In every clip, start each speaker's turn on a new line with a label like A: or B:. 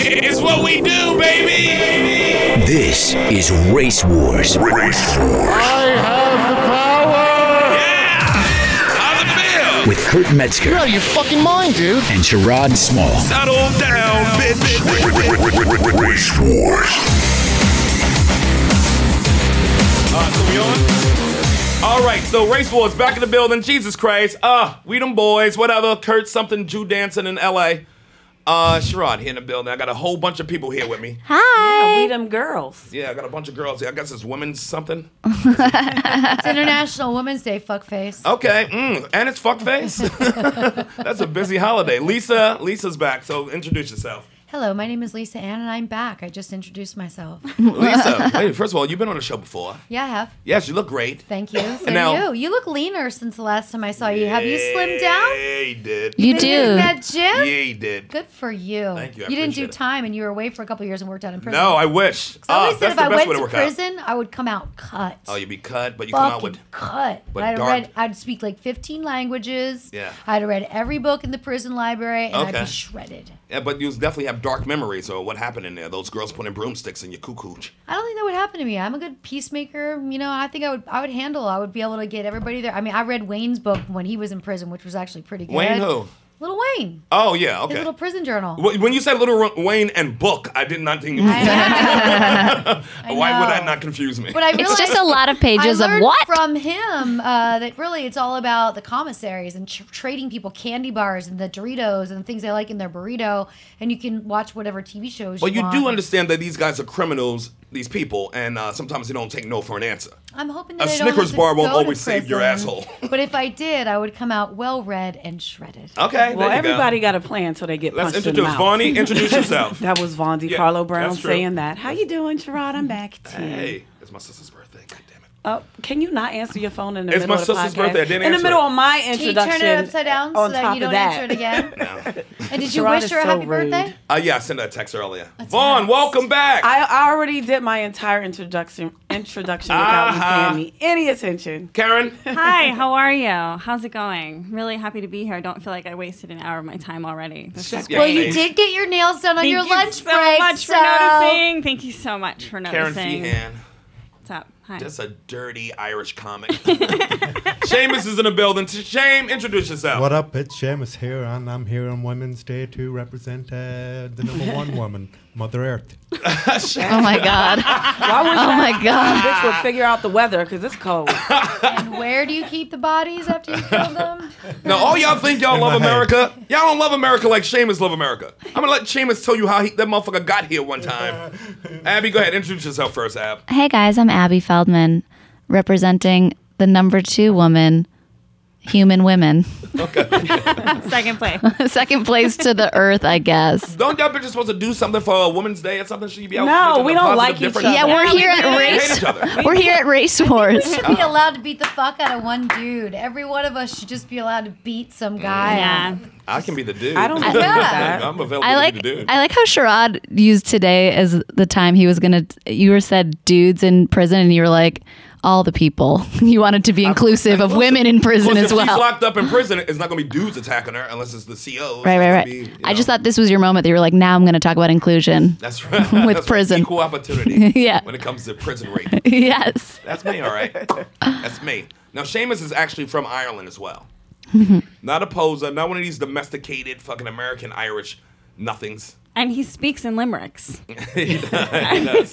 A: It's what we do, baby.
B: This is Race Wars. Race Wars.
C: I have the power.
A: Yeah. On the field.
B: With Kurt Metzger
C: You're out of your fucking mind, dude.
B: and Sherrod Small.
A: Settle down, bitch.
B: Race Wars.
A: All right, so we on? All right, so Race Wars back in the building. Jesus Christ. Uh, we them boys, whatever. Kurt something, Jew dancing in L.A. Uh, Sherrod here in the building. I got a whole bunch of people here with me.
D: Hi.
E: We them girls.
A: Yeah, I got a bunch of girls here. I guess it's women's something.
F: It's International Women's Day, fuckface.
A: Okay, mm, and it's fuckface. That's a busy holiday. Lisa, Lisa's back, so introduce yourself.
F: Hello, my name is Lisa Ann, and I'm back. I just introduced myself.
A: Lisa, hey, first of all, you've been on the show before.
F: yeah, I have.
A: Yes, you look great.
F: Thank you. So
A: now-
F: do you. You look leaner since the last time I saw you. Have you slimmed down?
A: Yeah, you did.
D: You
F: Been hitting
D: do.
F: That
A: Yeah,
F: gym?
A: you did.
F: Good for you.
A: Thank you. I
F: you didn't
A: appreciate
F: do
A: it.
F: time, and you were away for a couple years and worked out in prison.
A: No, I wish.
F: I
A: Ah,
F: always said
A: that's
F: if
A: the
F: I
A: best
F: went
A: way to
F: to
A: work out.
F: prison, I would come out cut.
A: Oh, you'd be cut, but you come out
F: fucking
A: with.
F: cut.
A: with
F: I'd have
A: dark-
F: read. I'd speak like 15 languages.
A: Yeah.
F: I'd have read every book in the prison library, and I'd
A: Okay.
F: be shredded.
A: Yeah, but you definitely have dark memories of what happened in there. Those girls putting broomsticks in your cuckoo.
F: I don't think that would happen to me. I'm a good peacemaker. You know, I think I would I would handle. I would be able to get everybody there. I mean, I read Wayne's book when he was in prison, which was actually pretty good.
A: Wayne who?
F: Little Wayne.
A: Oh yeah,
F: His
A: okay.
F: little prison journal.
A: Wh- When you said Little Ro- Wayne and Book, I did not think.
F: I know. I
A: Why would that
F: know.
A: not confuse me?
F: But I
D: It's
F: realized
D: just a lot of
F: I
D: pages of
F: learned
D: what?
F: from him uh, that really it's all about the commissaries and tr- trading people candy bars and the Doritos and the things they like in their burrito, and you can watch whatever TV shows.
A: But you
F: want.
A: do understand that these guys are criminals, these people, and uh, sometimes they don't take no for an answer.
F: I'm hoping
A: A
F: that I don't
A: Snickers
F: have to
A: bar won't
F: go to
A: always save your
F: prison.
A: asshole.
F: but if I did, I would come out well read and shredded.
A: Okay.
E: Well,
A: there you go.
E: everybody got a plan till they get
A: Let's
E: punched in the
A: introduce
E: mouth.
A: Bonnie. Introduce yourself.
E: That was Vondi
A: Yeah,
E: Carlo Brown
A: that's true.
E: saying that. How you doing, Sherrod? I'm back to you.
A: hey, it's my sister's birthday. God damn it.
E: Uh, can you not answer your phone in the
A: It's
E: middle
A: my
E: of the
A: sister's
E: podcast?
A: birthday. I didn't
E: in the
A: answer
E: middle
A: it.
E: of my
F: Can you turn
E: introduction.
F: it upside down so
E: on
F: that
E: top
F: you
E: of
F: don't
E: that.
F: answer it again? And did you
E: Sherrod
F: wish
E: is
F: her a
E: so
F: happy
E: rude.
F: birthday?
A: Uh, yeah, I sent her a text earlier. Vaughn, welcome back.
E: I, I already did my entire introduction introduction without you
A: Uh-huh.
E: paying me any attention.
A: Karen,
G: Hi, how are you? How's it going? Really happy to be here. I don't feel like I wasted an hour of my time already. This
A: Shut
G: is
A: your
F: Well,
G: great.
F: you
A: Thanks.
F: did get your nails done on
G: Thank
F: your
G: you
F: lunch
G: so
F: break.
G: much
F: so
G: for noticing. Thank you so much for
A: Karen
G: noticing.
A: Feehan,
G: What's up? Hi.
A: just a dirty Irish comic. Seamus is in the building. Shame, introduce yourself.
H: What up? It's Seamus here, and I'm here on Women's Day to represent uh, the number one woman, Mother Earth.
D: Oh my God.
E: Why would
D: Oh
E: you
D: my God.
E: bitch
A: Ah.
E: would figure out the weather because it's cold.
F: And where do you keep the bodies after you kill them?
A: Now, all y'all think y'all
H: In
A: love
H: my head.
A: America. Y'all don't love America like Seamus love America. I'm gonna let Seamus tell you how he, that motherfucker got here one time. Abby, go ahead. Introduce yourself first, Ab.
D: Hey guys, I'm Abby Feldman, representing the number two woman, human women.
G: Second play.
D: Second place to the earth, I guess.
A: Don't y'all bitches supposed to do something for a Women's Day or something? Should you be out?
E: No,
A: making
E: we
A: a
E: don't
A: positive
E: like each
A: difference?
E: other.
D: Yeah, we're here at
A: We hate
D: race.
A: each other.
D: We're here at race wars.
F: should be allowed to beat the fuck out of one dude. Every one of us should just be allowed to beat some guy.
G: Yeah.
A: I can be the dude.
E: I don't
A: I'm
E: agree with
F: Yeah.
E: that.
A: available
D: I
A: to
D: like
A: be the dude.
D: I like how Sherrod used today as the time he was gonna. You were said dudes in prison, and you were like all the people. You wanted to be inclusive of women in prison
A: Plus,
D: as
A: if she's
D: well.
A: locked up in prison, it's not gonna be dudes attacking her unless it's the COs.
D: Right, right, right. I just thought this was your moment that you were like, now I'm gonna talk about inclusion.
A: that's right.
D: with
A: That's
D: prison.
A: equal opportunity.
D: Yeah.
A: when it comes to prison rape,
D: yes.
A: that's me. All right, that's me. Now Seamus is actually from Ireland as well. not a poser, not one of these domesticated fucking American Irish nothings.
G: And he speaks in limericks.
D: You guys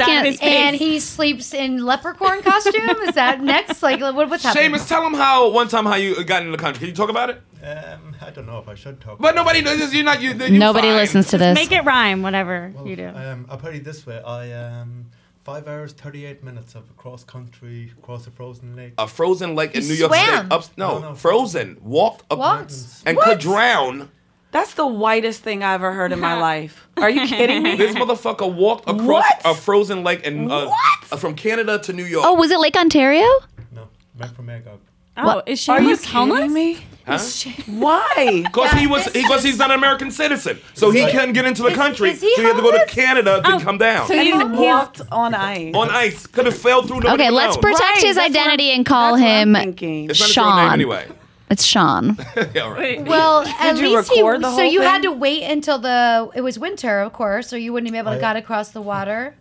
D: can't-
F: And he sleeps in leprechaun costume. Is that next? Like, what, what's happening?
A: Seamus, tell him how one time how you got into the country. Can you talk about it?
H: Um, I don't know if I should talk.
A: But
H: about
A: nobody knows. You're not. You, you're
D: Nobody
A: fine.
D: listens to this.
G: Make it rhyme, whatever
H: it.
G: you do.
H: Well, Um, I'll put it this way: I um, five hours, thirty-eight minutes of cross country, across a frozen lake.
A: A frozen lake in
F: He
A: New York
F: swam.
A: State. Up, no,
H: No, no.
A: frozen. Walked up
F: Walked.
A: and could drown.
E: That's the whitest thing I ever heard in my life. Are you kidding me?
A: This motherfucker walked across
E: What?
A: a frozen lake and uh,
E: What?
A: from Canada to New York.
D: Oh, was it Lake Ontario?
H: No, meant from Magog.
G: Oh, is she
E: Are you
G: homeless?
E: kidding me?
A: Because
E: Why?
A: he was, because he's not an American citizen, so he couldn't get into the country.
F: is he
A: so he had to go to
F: homeless?
A: Canada to come down
G: So
E: He
G: he's, he's
E: walked on ice.
A: on ice. Could have fell through. nobody
D: Okay,
A: would
D: let's
A: know.
D: protect
E: Right,
D: his
E: that's what I'm-
D: identity and call
E: that's what I'm
D: him
E: thinking.
A: It's not his real
D: Sean.
A: name anyway.
D: It's Sean.
A: Yeah, all right.
F: Well, at
E: you
F: least he,
E: record the
F: so
E: whole
F: you had to
E: thing?
F: wait until the it was winter, of course, or you wouldn't be able to
H: I-
F: got across the water.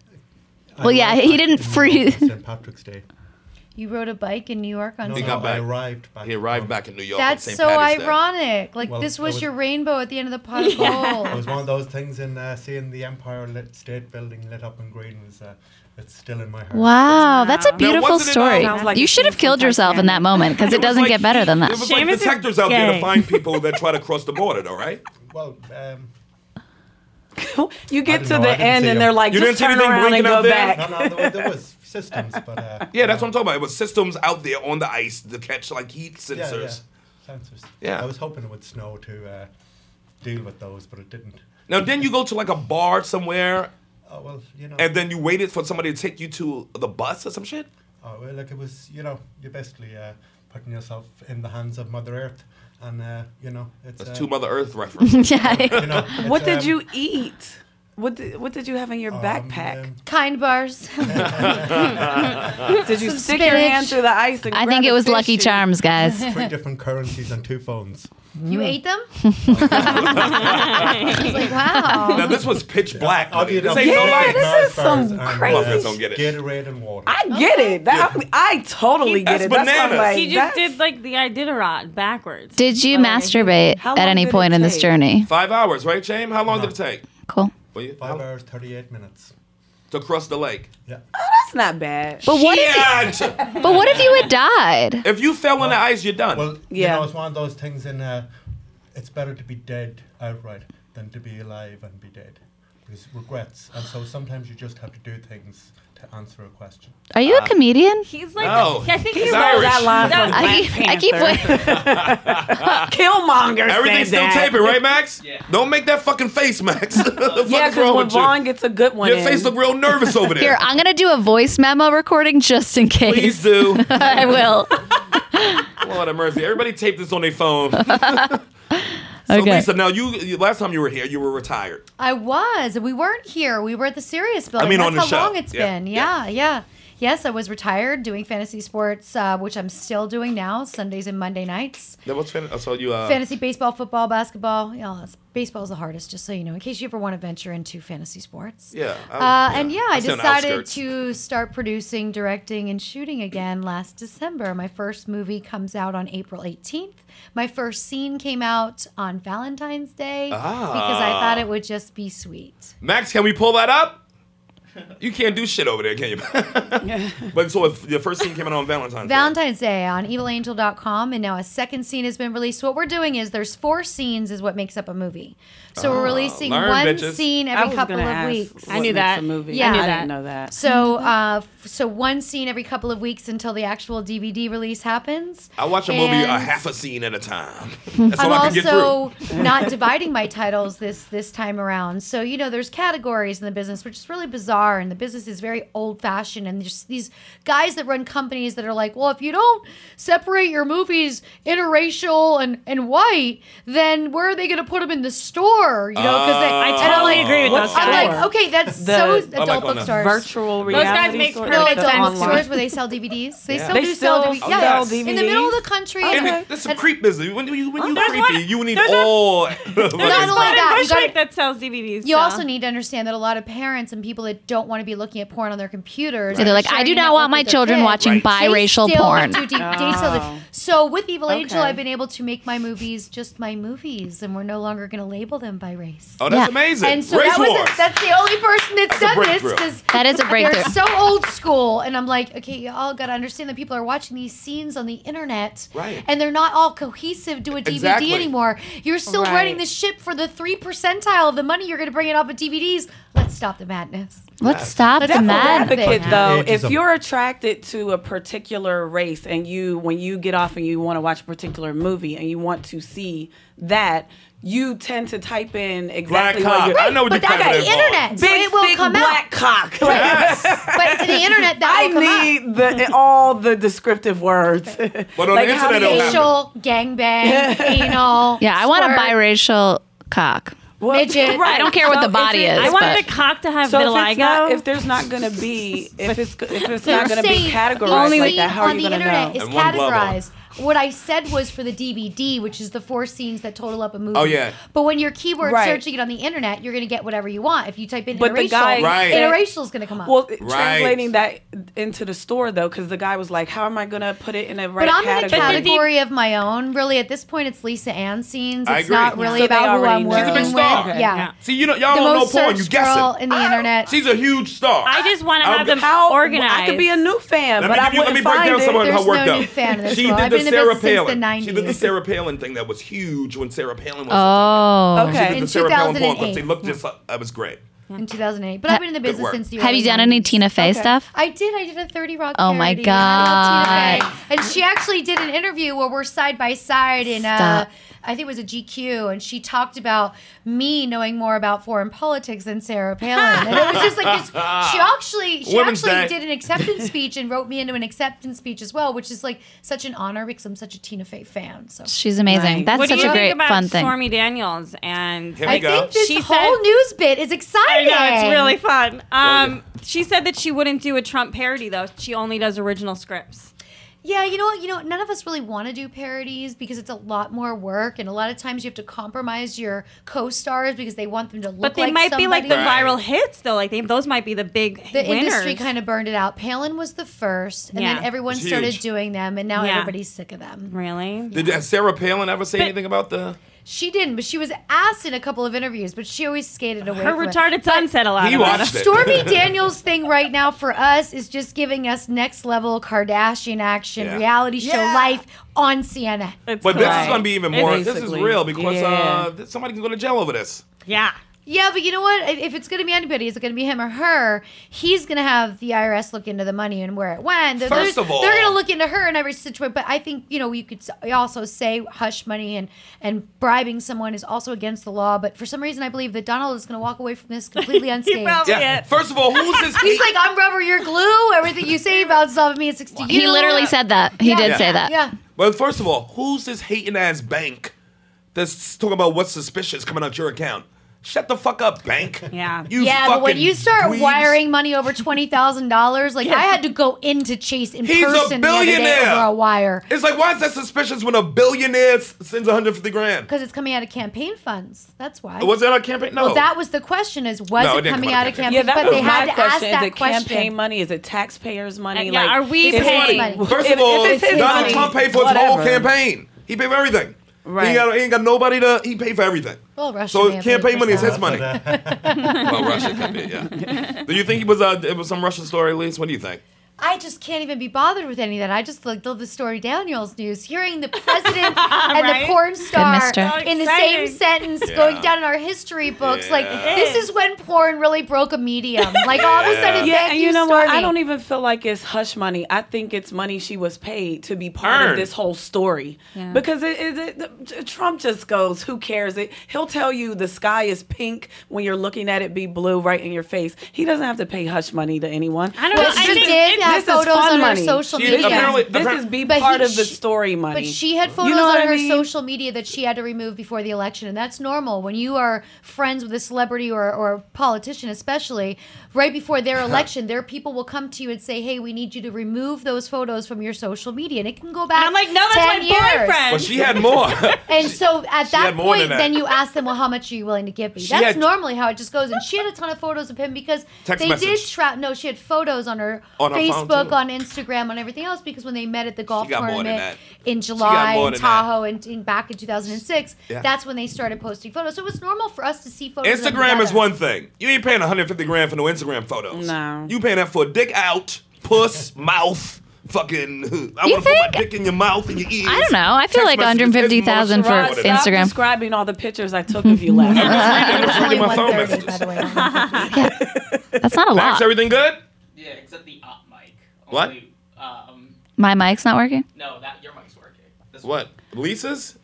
D: Well, yeah, he didn't freeze.
H: St. Patrick's Day.
F: You rode a bike in New York on.
H: No,
A: He
H: no,
A: got
H: I
A: back.
H: arrived back.
A: He arrived
H: from-
A: back in New York. on
F: That's
A: St.
F: so
A: Patty's Day.
F: ironic. Like
H: Well,
F: this
H: it
F: was,
H: was-
F: your rainbow at the end of the pot of
H: It was
F: gold.
H: one of those things in uh, seeing the Empire lit State Building lit up in green was uh, it's still in my heart.
D: Wow, that's a beautiful
A: wasn't it, uh,
D: story.
A: sounds
G: like
D: you
G: a
D: should have
G: scene
D: killed
G: from
D: yourself in that
G: Titanic.
D: moment because it,
A: was
D: doesn't
A: like-
D: get better than
A: It
D: that.
A: was
G: Seamus
A: like
G: is
A: detectives out there to
G: gay.
A: find people that try to cross the border, though, right?
H: Well, um,
E: You
H: I
E: get to
H: don't know, I
E: the end
H: didn't see
E: and
H: him.
E: they're like,
A: You
E: just
A: didn't see anything
E: turn around and
A: blinking out
E: go
A: there?
E: back.
H: no, no, there, there was systems, but uh,
A: Yeah, that's what I'm talking about. It was systems out there on the ice to catch like heat
H: yeah, yeah,
A: sensors.
H: sensors.
A: Yeah.
H: I was hoping it would snow to uh, deal with those, but it didn't.
A: Now, then you go to like a bar somewhere,
H: Oh well, you know.
A: and then you waited for somebody to take you to the bus or some shit.
H: Oh, well, like it was, you know, you're basically uh, putting yourself in the hands of Mother Earth, and uh, you know, it's
A: That's
H: uh,
A: two Mother Earth references.
D: yeah.
H: You know, it's,
E: What did
H: um,
E: you eat? What did, what did you have in your
A: Oh,
H: um,
E: backpack?
H: um,
F: Kind bars.
E: Did you
F: some
E: stick your hand
F: spinach.
E: through the ice? And
D: I
E: grab
D: think
E: a
D: it was
E: fish
D: Lucky
E: and-
D: Charms, guys.
H: three different currencies and two phones.
F: you ate them? I was like, wow.
A: now this was pitch black. buddy. Oh, This ain't
H: yeah,
A: no light.
E: this is some crazy
A: Muffins don't get it.
H: uh, Gatorade and water.
E: I get it. That, I totally get
A: That's
E: it. That's why I'm
A: bananas.
E: like,
G: He just
E: that's-
G: did like the Iditarod backwards.
D: Did you
G: Like,
D: masturbate
E: How
D: at
E: long
D: any
E: did it
D: point in this
E: take?
D: journey?
A: Five hours, right, James? How long did it take?
D: Cool.
A: Were you-
H: Five hours, thirty-eight minutes.
A: to cross the lake.
H: Yeah.
E: that's not bad.
D: But what?
A: Yeah. j-
D: If, but what if you had died?
A: if you fell in the ice, you're done.
H: Well,
E: Yeah.
H: you know, it's one of those things in uh, it's better to be dead outright than to be alive and be dead. Because regrets. And so sometimes you just have to do things to answer a question.
D: Are you a comedian?
G: He's like,
E: Oh.
A: No.
G: yeah, I think
A: He's
G: he's
A: Irish.
E: that line from
G: That-
D: I
E: Black
D: keep, I keep
E: Panther.
D: waiting.
E: Killmonger
A: Everything's
E: said
A: still
E: that.
A: taping, right, Max? Don't make that fucking face, Max. What the fuck
E: Yeah,
A: is wrong
E: because when
A: with you?
E: Vaughn gets a good one,
A: Your
E: in,
A: face look real nervous over there.
D: Here, I'm gonna do a voice memo recording just in case.
A: Please do.
D: I will.
A: Lord have mercy. Everybody tape this on their phone. so
D: Okay.
A: Lisa, now you you- last time you were here, you were retired.
F: I was. We weren't here. We were at the Sirius building.
A: mean,
F: That's
A: on the
F: how
A: show.
F: long it's
A: Yeah,
F: been.
A: yeah.
F: Yeah, yeah. Yes, I was retired doing fantasy sports, uh, which I'm still doing now, Sundays and Monday nights.
A: That was fan- I saw you. Uh,
F: fantasy baseball, football, basketball. You know, it's- baseball's the hardest, just so you know, in case you ever want to venture into fantasy sports.
A: Oh, Yeah. I-
F: Uh, and yeah, I
A: stay on the
F: decided
A: outskirts.
F: to start producing, directing, and shooting again last December. My first movie comes out on April 18th. My first scene came out on Valentine's Day because I
A: Ah.
F: thought it would just be sweet.
A: Max, can we pull that up? You can't do shit over there, can you? but so if the first scene came out on Valentine's. Day.
F: Valentine's Day on evilangel.com, and now a second scene has been released. What we're doing is there's four scenes, is what makes up a movie. So we're releasing
A: Ah, learn,
F: one
A: bitches.
F: scene
E: I
F: every
E: was
F: couple
E: gonna
F: of
E: ask
F: weeks.
E: what
G: I knew
E: makes
G: that.
E: A movie.
F: Yeah.
E: I didn't
G: that.
E: know that.
F: So, uh, f- so one scene every couple of weeks until the actual DVD release happens.
A: I watch a movie a
F: And
A: half a scene at a time. That's all
F: I'm
A: i can get through.
F: also not dividing my titles this this time around. So you know, there's categories in the business, which is really bizarre, and the business is very old fashioned. And just these guys that run companies that are like, well, if you don't separate your movies interracial and and white, then where are they going to put them in the store? You know, because
A: I
G: I totally agree with
E: What's
G: those
E: that?
G: guys.
F: I'm like, okay, that's
E: The-
F: so
E: I
A: like
F: adult
A: one of them.
F: bookstores.
E: Virtual reality.
G: guys make
E: store-
F: No,
G: perfect
E: the
G: sense.
F: adult
E: online.
F: stores where they sell DVDs. They
A: Yeah.
F: still
E: They
F: do
E: still
F: sell DVDs.
E: sell
F: Yes. In the
E: DVDs?
F: middle of the country.
A: And
E: Okay.
A: it- There's some creep business. When you when you
G: There's
A: creepy,
G: one-
A: you need
G: there's a-
A: all.
F: Not
D: Oh
F: only
G: Like
F: that, you gotta-
G: that sells DVDs.
F: You
G: so.
F: also need to understand that a lot of parents and people that don't want to be looking at porn on their computers.
D: So they're like, I do not want my children watching
A: Right.
D: biracial porn.
F: So with Evil Angel,
E: Okay.
F: I've been able to make my movies just my movies, and we're no longer going to label them by race.
A: Oh, that's
D: Yeah.
A: amazing.
F: And so
A: Race
F: that was
A: wars.
F: a, that's the only person that's,
A: a
F: done this
A: breakthrough.
F: because
D: That is a breakthrough.
F: they're so old school. And I'm like, okay, you all got to understand that people are watching these scenes on the internet,
A: Right.
F: And they're not all cohesive to a DVD
A: Exactly.
F: anymore. You're still
E: Right.
F: running the ship for the three percentile of the money you're going to bring it off of DVDs. Let's stop the madness.
D: Let's stop the
E: devil's
D: mad.
E: advocate
F: thing.
E: though
H: Ageism.
E: if you're attracted to a particular race and you when you get off and you want to watch a particular movie and you want to see that you tend to type in
A: Black
E: exactly
A: cock.
E: what you're
A: I know what
F: But
A: you're
F: that's
A: clapping
F: the
A: at, Vaughn.
F: internet, so
E: big
F: it will
E: thick
F: come
E: black
F: out.
E: cock Like,
A: Yes.
F: But in the internet, that
E: i
F: will come out.
E: need the all the descriptive words
A: But on
E: Like
A: the
E: how
A: internet, it'll happen.
F: facial, gangbang, anal.
D: Yeah, I want a
F: squirt,
D: biracial cock.
E: Well,
F: Midget.
D: I don't care what the body
E: if it-
D: is.
G: I wanted
D: but-
G: the cock to have
E: so if,
G: vitiligo.
E: it's not, if there's not gonna be if it's if it's not
F: You're
E: gonna be
F: saying
E: categorized
F: only
E: like that, how are
F: on
E: you
F: the
E: gonna
F: internet
E: know?
F: is
A: And one glove on.
F: categorized. What I said was for the DVD, which is the four scenes that total up a movie.
A: Oh, yeah.
F: But when you're keyword
E: Right.
F: searching it on the internet, you're gonna get whatever you want. If you type in
E: But the
F: interracial,
E: guy
A: Right. said-
F: interracial is gonna come up.
E: Well, it-
A: Right.
E: translating that into the store though, because the guy was like, "How am I gonna put it in a right
F: but I'm in a
E: category?"
F: category of my own. Really, at this point, it's Lisa Ann scenes.
A: I
F: It's
A: agree.
F: not really
E: So they
F: about who I'm
E: already know. She's
F: working
E: a big
A: star.
F: with.
E: Okay,
F: Yeah.
G: yeah.
A: See, you know, y'all
F: The
A: don't know
F: most
A: porn. You
F: searched girl
A: guessing.
F: in the internet.
A: She's a huge star.
G: I just want to
A: I'll
G: have
A: be-
G: them
E: How
G: organized.
E: I could be a new fan,
A: Let
E: but
A: me,
E: I
A: give you, let
E: wouldn't
A: me break
E: find
A: down
E: it.
A: some of
F: There's
A: how
F: no
A: worked
F: new
A: up.
F: fan in this
A: she
F: world.
A: did
F: I've
A: the
F: been in the
A: Sarah
F: business since the
A: Palin. she did the
F: 90s.
A: Sarah Palin thing that was huge when Sarah Palin was.
D: Oh.
E: Okay.
A: The
F: In
A: Sarah Palin porn clips. They
F: 2008.
A: looked just. Like, that was great.
F: in 2008. But I've been in the business
A: work.
F: since the
D: Have
F: early
D: you done any
F: 90s.
D: Tina Fey stuff?
F: I did. I did a 30 Rock.
D: Oh my
F: parody. I love Tina
D: God.
F: Fey. And she actually did an interview where we're side by side in
D: Stop.
F: a. I think it was a GQ, and she talked about me knowing more about foreign politics than Sarah Palin. And it was just like this, she actually she
A: Women's
F: actually
A: Day.
F: did an acceptance speech and wrote me into an acceptance speech as well, which is like such an honor because I'm such a Tina Fey fan. So
D: She's amazing.
E: Nice.
D: That's
G: what
D: such
G: do you
D: a great
G: think about
D: fun thing.
G: Stormy Daniels and
A: Here
F: I
A: we go.
F: think this
G: She
F: whole
G: said-
F: news bit is
G: I
F: exciting.
G: know it's really fun.
A: yeah.
G: Um, she said that she wouldn't do a Trump parody though. She only does original scripts.
F: Yeah, you know what? You know, what? none of us really want to do parodies because it's a lot more work, and a lot of times you have to compromise your co-stars because they want them to look.
G: But they
F: like
G: might be like the
A: Right.
G: viral hits though. Like they, those might be the big
F: the
G: winners.
F: industry kind of burned it out. Palin was the first, and
G: Yeah.
F: then everyone
A: It's
F: started
A: huge.
F: doing them, and now
G: Yeah.
F: everybody's sick of them.
G: really.
A: Did uh, Sarah Palin ever say anything about the?
F: She didn't, but she was asked in a couple of interviews, but she always skated away.
G: Her
F: from it.
G: retarded son said a lot.
A: He
G: about
A: watched
G: it.
A: it.
F: Stormy Daniels' thing right now for us is just giving us next level Kardashian action,
A: Yeah.
F: reality show
E: Yeah.
F: life on CNN.
G: It's
A: But this is
G: correct.
A: going to be even more.
G: It's-
A: This is
E: basically-
A: real because
E: yeah.
A: uh, th- somebody can go to jail over this.
G: yeah.
F: Yeah, but you know what? If if it's going to be anybody, is it going to be him or her? He's going to have the IRS look into the money and where it went. They're,
A: First
F: they're,
A: of all-
F: they're going to look into her in every situation. But I think you know you could s- also say hush money and and bribing someone is also against the law. But for some reason, I believe that Donald is going to walk away from this completely unscathed.
G: probably-
A: Yeah.
G: Yeah.
A: First of all, who's this?
F: Oh, He's like, I'm rubber, you're glue. Everything you say bounces off of me. It's six to you.
D: He literally said that. He did say that.
F: Yeah.
A: Well, first of all, who's this hating ass bank that's talking about what's suspicious coming out your account? Shut the fuck up, bank.
G: Yeah.
A: You
F: yeah, but when
A: fucking
F: you start
A: dweebs.
F: wiring money over twenty thousand dollars, like I had to go into Chase in
A: He's a
F: person the other day
A: billionaire.
F: over a wire.
A: It's like, why is that suspicious when a billionaire s- sends 150 grand?
F: Because it's coming out of campaign funds. That's why.
A: Was that a campaign? No.
F: well, that was the question: is was
A: No, it
F: it
A: didn't
F: coming
A: come out
F: out
A: of
F: of
A: campaign.
F: campaign?
E: Yeah, that
F: but
E: was
F: they had
E: my
F: to
E: question.
F: ask
E: Is
F: that
E: it
F: question.
E: campaign money? Is it taxpayers' money?
G: And yeah,
E: Like,
G: are we
E: if it's
G: paying-
E: money-
A: First
E: if-
A: of all,
E: if it's his
A: Donald
E: money,
A: Trump paid for his whole
E: whatever.
A: campaign. He paid for everything. He,
E: Right.
A: got, he ain't got nobody to. He paid for everything.
F: Well, Russia
A: so
F: may have
A: campaign
F: paid
A: money is
F: for
A: his
F: some.
A: money. well, Russia could be. Yeah. do you think he was? Uh, it was some Russian story, Elise? What do you think?
F: I just can't even be bothered with any of that. I just like love the story Daniels news, hearing the president and the
G: Right?
F: porn star
D: missed her.
F: in the
G: Exciting.
F: same sentence
A: Yeah.
F: going down in our history books. Like
A: Yeah.
F: this is when porn really broke a medium. Like all of a sudden,
E: Yeah,
F: thank
E: and you know
F: Stormy.
E: what? I don't even feel like it's hush money. I think it's money she was paid to be part
A: Earned.
E: of this whole story.
G: Yeah.
E: Because it, it, it- the- Trump just goes, who cares? It, he'll tell you the sky is pink when you're looking at it be blue right in your face. He doesn't have to pay hush money to anyone.
G: I don't know.
F: But
G: I
F: she
G: think
F: did
G: it-
F: have
E: this is
F: photos
E: fun
F: on her
E: money.
F: social
A: She-
E: This
F: media.
E: is-
A: apparently-
E: this is be
F: But he-
E: part of the
F: she-
E: story money.
F: But she had photos
E: know what
F: on
E: I
F: her
E: mean?
F: social media that she had to remove before the election, and that's normal. When you are friends with a celebrity or, or a politician, especially right before their election, their people will come to you and say, "Hey, we need you to remove those photos from your social media," and it can go back.
G: And I'm like, no, that's
F: 10
G: my
F: years.
G: boyfriend.
A: Well, she had more.
F: And so at that
A: had more than
F: point,
A: that.
F: then you ask them, well, how much are you willing to give me?
A: She
F: That's
A: had-
F: normally how it just goes. And she had a ton of photos of him because
A: Text
F: they did
A: message.
F: trap. No, she had photos on her
A: On her phone,
F: Facebook,
A: too.
F: on Instagram, on everything else because when they met at the golf
A: got more than
F: tournament
A: that.
F: in
A: got
F: July
A: more
F: in
A: than that.
F: Tahoe and in, back in 2006,
A: Yeah.
F: that's when they started posting photos. So it was normal for us to see photos. of them
A: Instagram is
F: together.
A: one thing. You ain't paying 150 grand for no Instagram photos.
E: No.
A: You paying that for a dick out, puss, mouth, fucking. I
D: You
A: want to put my
D: think?
A: dick in your mouth and your ears.
D: I don't know. I feel
A: Text
D: like
A: messages. It's
D: 150,000 for
A: more than that.
E: Stop
D: Instagram.
E: describing all the pictures I took of you last night.
F: It was only
A: my phone messages.
F: 130, by the way. not 150.
D: That's not a
A: Max,
D: lot.
A: everything good?
I: Yeah, except the op mic.
A: What?
I: Only, um,
D: My mic's not working.
I: no, that your mic's working. This
A: What? Lisa's?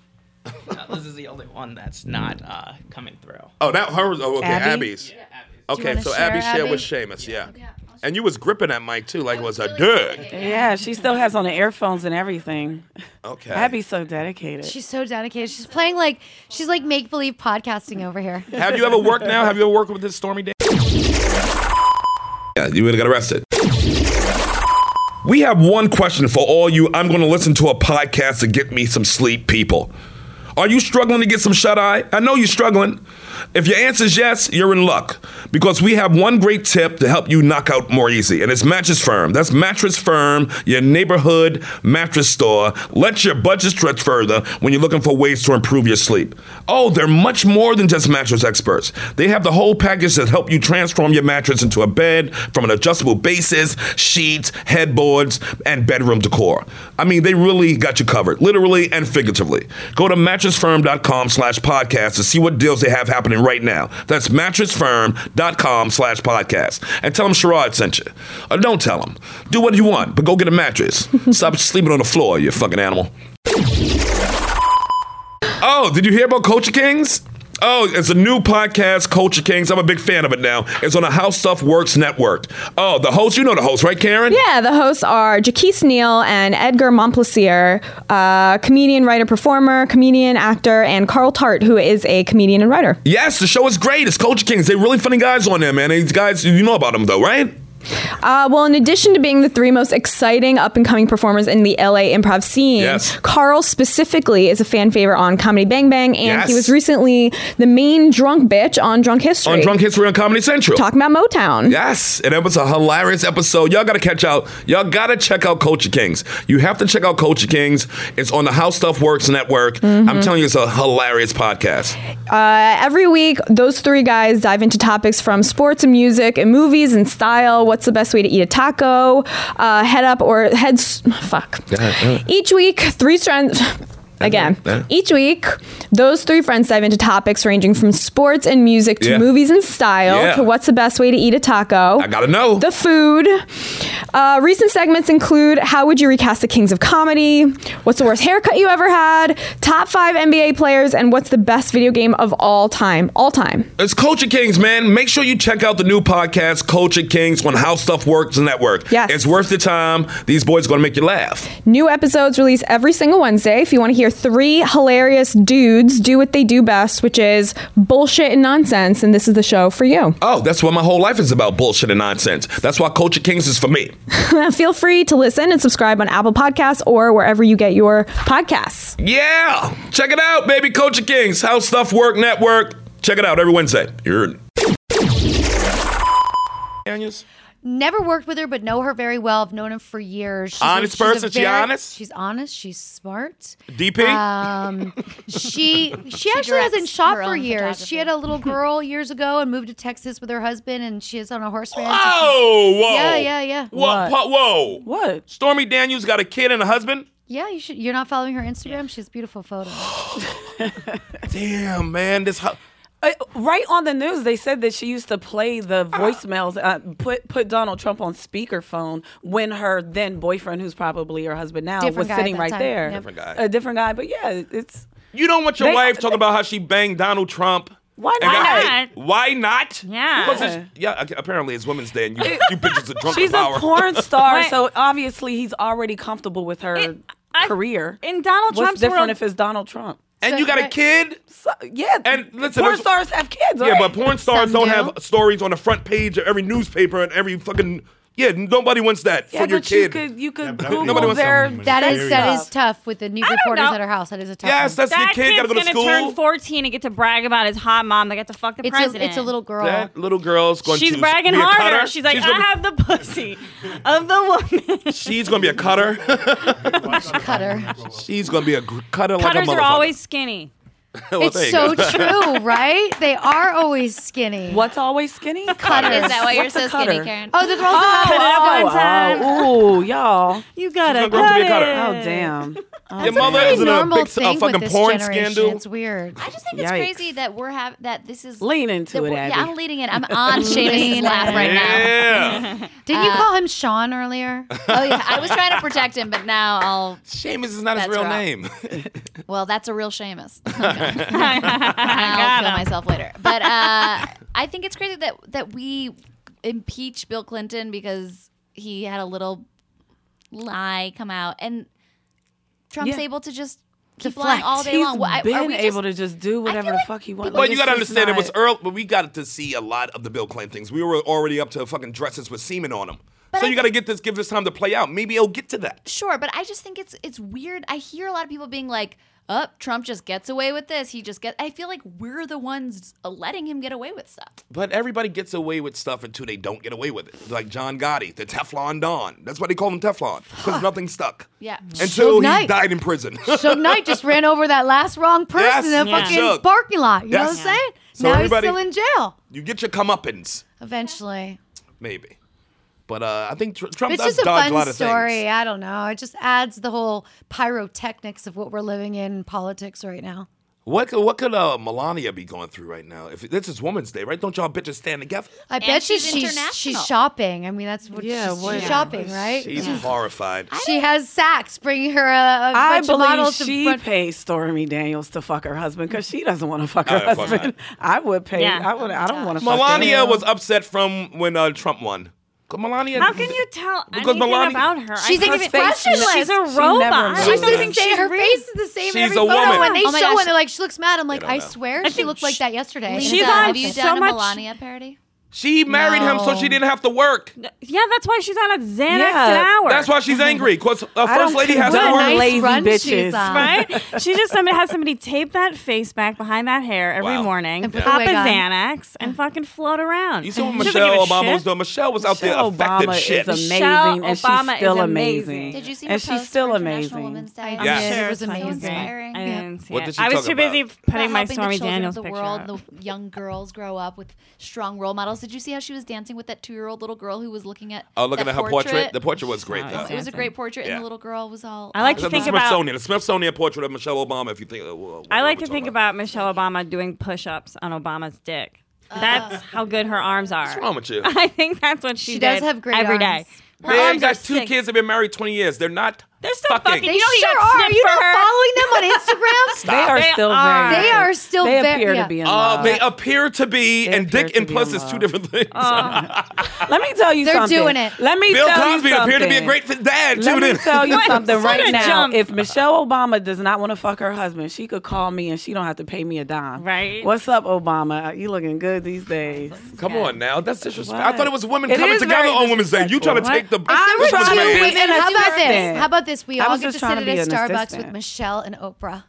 I: One, uh, this is the only one that's not uh, coming through.
A: Oh, that hers. Oh, okay.
E: Abby?
A: Abby's.
I: Yeah, Abby's.
A: Okay,
F: wanna
A: so
F: share,
A: Abby shared
F: Abby?
A: with Seamus, yeah. And you was gripping that mic too, like it was a dick.
E: Yeah, she still has on the earphones and everything.
A: Okay.
E: Abby's so dedicated.
F: She's so dedicated. She's playing like she's like make believe podcasting over here.
A: Have you ever worked now? Have you ever worked with this Stormy Dan? Yeah, you would have got arrested. We have one question for all you I'm going to listen to a podcast to get me some sleep people. Are you struggling to get some shut eye? I know you're struggling. If your answer is yes, you're in luck because we have one great tip to help you knock out more easy, and it's Mattress Firm. That's Mattress Firm, your neighborhood mattress store. Let your budget stretch further when you're looking for ways to improve your sleep. Oh, they're much more than just mattress experts. They have the whole package that help you transform your mattress into a bed from an adjustable bases, sheets, headboards, and bedroom decor. I mean, they really got you covered, literally and figuratively. Go to mattressfirm.com slash podcast to see what deals they have happening right now. That's mattressfirm.com slash podcast. And tell them Sherrod sent you. Or don't tell them. Do what you want, but go get a mattress. Stop sleeping on the floor, you fucking animal. Oh, did you hear about Culture Kings? Oh, it's a new podcast, Culture Kings. I'm a big fan of it now. It's on the How Stuff Works network. Oh, the host, you know the host, right, Karen?
J: Yeah, the hosts are Jaquise Neal and Edgar Montplaisir, uh, comedian, writer, performer, comedian, actor, and Carl Tart, who is a comedian and writer.
A: Yes, the show is great. It's Culture Kings. They really funny guys on there, man. These guys, you know about them though, right?
J: Uh, well, in addition to being the three most exciting up and coming performers in the LA improv scene,
A: Yes.
J: Carl specifically is a fan favorite on Comedy Bang Bang, and
A: Yes.
J: he was recently the main drunk bitch on Drunk History.
A: On Drunk History on Comedy Central.
J: Talking about Motown.
A: Yes, and it was a hilarious episode. Y'all gotta catch out. Y'all gotta check out Culture Kings. You have to check out Culture Kings. It's on the How Stuff Works network.
J: Mm-hmm.
A: I'm telling you, it's a hilarious podcast.
J: Uh, every week, those three guys dive into topics from sports and music and movies and style. What's the best way to eat a taco? Uh, head up or heads? Fuck. Each week, three friends. Again,
A: Yeah.
J: each week, those three friends dive into topics ranging from sports and music to
A: Yeah.
J: movies and style
A: Yeah.
J: to what's the best way to eat a taco.
A: I gotta know.
J: Oh. The food. Uh, recent segments include How Would You Recast the Kings of Comedy? What's the worst haircut you ever had? Top five NBA players, and what's the best video game of all time? All time.
A: It's Culture Kings, man. Make sure you check out the new podcast, Culture Kings, on How Stuff Works Network.
J: Yes.
A: It's worth the time. These boys are going to make you laugh.
J: New episodes release every single Wednesday. If you want to hear three hilarious dudes do what they do best, which is bullshit and nonsense, and this is the show for you.
A: Oh, that's what my whole life is about bullshit and nonsense. That's why Culture Kings is for me.
J: Feel free to listen and subscribe on Apple Podcasts or wherever you get your podcasts.
A: Yeah. Check it out, baby. Culture Kings, How Stuff Work Network. Check it out every Wednesday. You're in. Daniels?
F: Never worked with her, but know her very well. I've known her for years. She's
A: Honest
F: she's a
A: person? She honest?
F: She's honest. She's smart.
A: DP?
F: Um, she she actually
D: directs
F: hasn't shot
D: her
F: for
D: own
F: years. She had a little girl years ago and moved to Texas with her husband, and she is on a horse ranch.
A: Oh, whoa.
F: Yeah, yeah, yeah.
A: Whoa.
E: What?
A: pa- whoa.
E: What?
A: Stormy Daniels got a kid and a husband?
F: Yeah, you should. You're not following her Instagram. She has beautiful photos.
A: Damn, man. This. Hu-
E: Uh, right on the news, they said that she used to play the voicemails, uh, put put Donald Trump on speakerphone when her then boyfriend, who's probably her husband now,
F: Different
E: was
F: guy at
E: sitting
F: that
E: right
F: time.
E: there.
F: Yep. Different
A: guy.
E: A different guy, but yeah, it's
A: You don't want your
E: They-
A: wife talking about how she banged Donald Trump.
E: Why
A: And
E: not?
A: got- Why
G: Why not?
A: not?
G: Yeah.
A: Because it's- yeah. ac- Apparently, it's Women's Day, and you, you bitches are drunk as
E: she's a
A: power.
E: porn star,
G: Right.
E: so obviously he's already comfortable with her
G: It- I-
E: career.
G: in Donald
E: What's
G: Trump's
E: different
G: world-
E: if it's Donald Trump?
A: and you got a
F: Right.
A: kid.
E: So, yeah,
A: And listen,
E: porn
A: there's-
E: stars have kids.
A: Yeah,
E: right?
A: but porn stars
F: Some
A: don't
F: do.
A: have stories on the front page of every newspaper and every fucking. Yeah, nobody wants that
E: yeah,
A: for your
E: but you
A: kid.
E: could you could
A: but I think nobody
E: Google
A: wants
E: their
A: some women.
F: That is that
E: stuff.
F: is tough with the news
G: don't
F: reporters
G: know.
F: at her house. That is a tough.
A: yes,
F: one.
A: that's your kid. Got to go to
G: gonna
A: school.
G: turn 14 and get to brag about his hot mom that got to fuck the
F: it's
G: president.
F: a, it's a little girl.
A: that little girl's going
G: She's
A: to
G: bragging
A: be a
G: harder.
A: cutter.
G: She's like,
A: gonna,
G: I have the pussy of the woman.
A: She's going to be a cutter.
F: Cutter.
A: she's going to be a gr- cutter like a
G: Cutters
A: motherfucker.
G: are always skinny.
A: Well, there
F: It's
A: you
F: so
A: go.
F: true, right? They are always skinny.
E: What's always skinny?
F: Cutters.
D: Is that why Oh, you're
E: What's
D: so
E: a
D: skinny,
E: cutter?
D: Karen?
F: Oh, they're the ones that
G: Cut it
F: have-
G: up one time.
E: Oh, ooh, y'all.
G: You gotta
A: She's gonna grow up
G: cut
A: to be a
G: it.
A: cutter.
E: Oh, damn.
A: Your mother
F: Pretty
A: is in a
F: normal
A: big
F: thing
A: a fucking
F: with this
A: porn
F: generation.
A: scandal.
F: It's weird.
D: I just think it's
E: Yikes.
D: crazy that we're have that this is
E: Lean into
D: that
E: it,
D: we're-
E: Abby.
D: Yeah, I'm leading it. I'm on Seamus' lap right now. Uh,
A: yeah.
F: Didn't you call him Sean earlier?
D: Oh yeah, I was trying to protect him, but now I'll.
A: Seamus is not his
D: That's
A: real
D: rough.
A: name.
D: Well, that's a real Seamus. I'll kill myself later. But uh, I think it's crazy that that we impeach Bill Clinton because he had a little lie come out, and Trump's
E: Yeah.
D: able to just keep lying all day
E: He's
D: long. Why- are
E: been
D: we just-
E: able to just do whatever
D: feel
E: the
D: like
E: fuck he wants.
D: people-
A: Well,
E: Like,
A: you
E: it's
A: gotta
E: just
A: understand it was
E: not-
A: early, but we got to see a lot of the Bill Clinton things. We were already up to fucking dresses with semen on them. so you got to get this, give this time to play out. Maybe it'll get to that.
D: Sure, but I just think it's it's weird. I hear a lot of people being like, "Up, Trump just gets away with this. He just gets." I feel like we're the ones uh, letting him get away with stuff.
A: But everybody gets away with stuff until they don't get away with it. Like John Gotti, the Teflon Don. That's why they call him Teflon because nothing stuck.
D: Yeah.
A: Until
F: Suge
A: he
F: Knight.
A: died in prison.
F: Suge Knight just ran over that last wrong person
A: Yes,
F: in the
A: yeah.
F: fucking
A: Suge.
F: parking lot. You know what I'm
A: Yes.
F: saying?
A: So
F: now
A: everybody-
F: he's still in jail.
A: you get your comeuppance,
F: Eventually,
A: maybe. But uh, I think tr- Trump
F: it's
A: does
F: just a
A: dodge a lot
F: fun
A: of
F: story.
A: things.
F: I don't know. It just adds the whole pyrotechnics of what we're living in in politics right now.
A: What could, what could uh, Melania be going through right now? If this is Women's Day, right? Don't y'all bitches stand together?
F: I
D: And
F: bet you
D: she's
F: she's she's
D: international.
F: shopping. I mean, that's what she's, she's shopping, right?
A: She's horrified.
F: She has Saks bringing her a, a
E: I
F: bunch of
E: believe
F: models. to
E: she
F: front-
E: paid Stormy Daniels to fuck her husband because she doesn't want to fuck her
A: Oh, yeah, fuck
E: husband. I would pay.
G: Yeah.
E: I would. I don't want to.
A: Melania was upset from when uh, Trump won. 'Cause Melania.
G: How can you tell
A: Because
G: anything
A: Melania-
G: about her? I
F: She's
G: can't-
F: even expressionless.
G: She's a
E: She never
G: robot. I
E: knows.
G: don't think
F: Say
G: she's
F: her
G: real.
F: face is the same. in
A: She's
F: every
A: a
F: photo.
A: woman.
F: When they
D: Oh my
F: show
D: gosh.
F: and they're like, she looks mad. I'm like,
A: don't
F: I
A: know.
F: swear she
G: think
F: looked like that yesterday.
D: Lisa,
G: She's on
D: have you
G: so
D: done
G: much-
D: a Melania parody?
A: She married him so
F: No.
A: she didn't have to work.
G: Yeah, that's why she's on a Xanax an
E: Yeah.
G: hour.
A: That's why
G: Mm-hmm.
A: she's angry. Cause a
E: I
A: first
E: don't
A: lady has to
F: What a
E: condone
A: work.
E: Lazy
F: nice run she's
E: bitches.
F: on.
G: right? she just somebody has somebody tape that face back behind that hair every
A: Wow.
G: morning,
F: And put the
G: pop a
F: wig on.
G: Xanax, and fucking float around.
A: You see what
G: She doesn't give
A: Michelle
G: a
A: Obama was
G: shit.
A: doing? Michelle was out
E: Michelle
A: there affected
E: Obama
A: shit.
E: is amazing,
G: Michelle
E: and
G: Obama
E: she's still
G: is amazing.
E: amazing.
D: Did you see her
E: And she's
D: post
E: still
D: for International
E: amazing.
D: Women's Day?
G: I'm
A: Yeah.
G: sure
F: It was
G: fucking
F: amazing.
G: great.
D: Inspiring.
G: I didn't see
A: What
G: it.
A: did she
G: I was
A: talk
G: too busy
A: about?
G: putting
D: about
G: my
D: helping
G: Stormy
D: the children
G: Daniels
D: of the
G: picture
D: world,
G: up.
D: the young girls grow up with strong role models. Did you see how she was dancing with that two-year-old little girl who was looking at?
A: Oh, looking
D: that
A: at her portrait. The portrait was great
G: Oh,
A: though.
D: It was a great portrait,
A: Yeah.
D: and the little girl was all.
G: I like
D: all
G: to
A: The
G: think
D: about-
G: about-
A: Smithsonian, the Smithsonian portrait of Michelle Obama. If you think, uh, well,
G: I
A: what
G: like
A: we're
G: to think
A: talking
G: about Michelle Obama doing push-ups on Obama's dick. That's how good her arms are.
A: What's wrong with you?
G: I think that's what she,
F: She does
G: did
F: have great
G: every day.
F: arms.
G: Her
A: They
G: arms are
A: got two
G: sick.
A: kids. They've been married 20 years. They're not.
G: They're still fucking-
F: They
G: You know he
F: sure
G: got
F: are. Are
G: snipped
F: you
G: for
F: not
G: her.
F: following them on Instagram?
E: They are
G: They
E: still
G: are.
E: very.
F: They are still
E: They
F: very-
E: appear
F: yeah.
E: to be in
A: Oh,
E: love.
A: they appear to be,
E: Uh, They
A: and dick
E: appear
A: and
E: to be
A: puss
E: in
A: is two
E: love.
A: different things.
E: Let me tell you
F: They're
E: something.
F: doing it.
E: Let me
A: Bill
E: tell
A: Cosby
E: you something.
A: appeared to be a great f- dad.
E: Let
A: too.
E: me
A: didn't-
E: tell you
G: Wait,
E: something
G: so
E: right
G: did
E: now.
G: Trump.
E: If Michelle Obama does not want to fuck her husband, she could call me and she don't have to pay me a dime.
G: Right.
E: What's up, Obama? You looking good these days?
A: Come on now, that's disrespectful. I
E: What?
A: thought it was women
E: It
A: coming
E: is
A: together
E: very
A: on Women's Day. You trying to take the?
E: disrespectful. What? I'm
A: this
E: trying
A: was
E: to
A: man.
E: be
F: women.
E: an
F: How about this?
E: assistant.
F: How about this? We
E: I
F: all
E: was
F: get
E: just
F: to sit
E: trying to
F: at
E: be
F: a
E: an
F: Starbucks
E: assistant.
F: with Michelle and Oprah.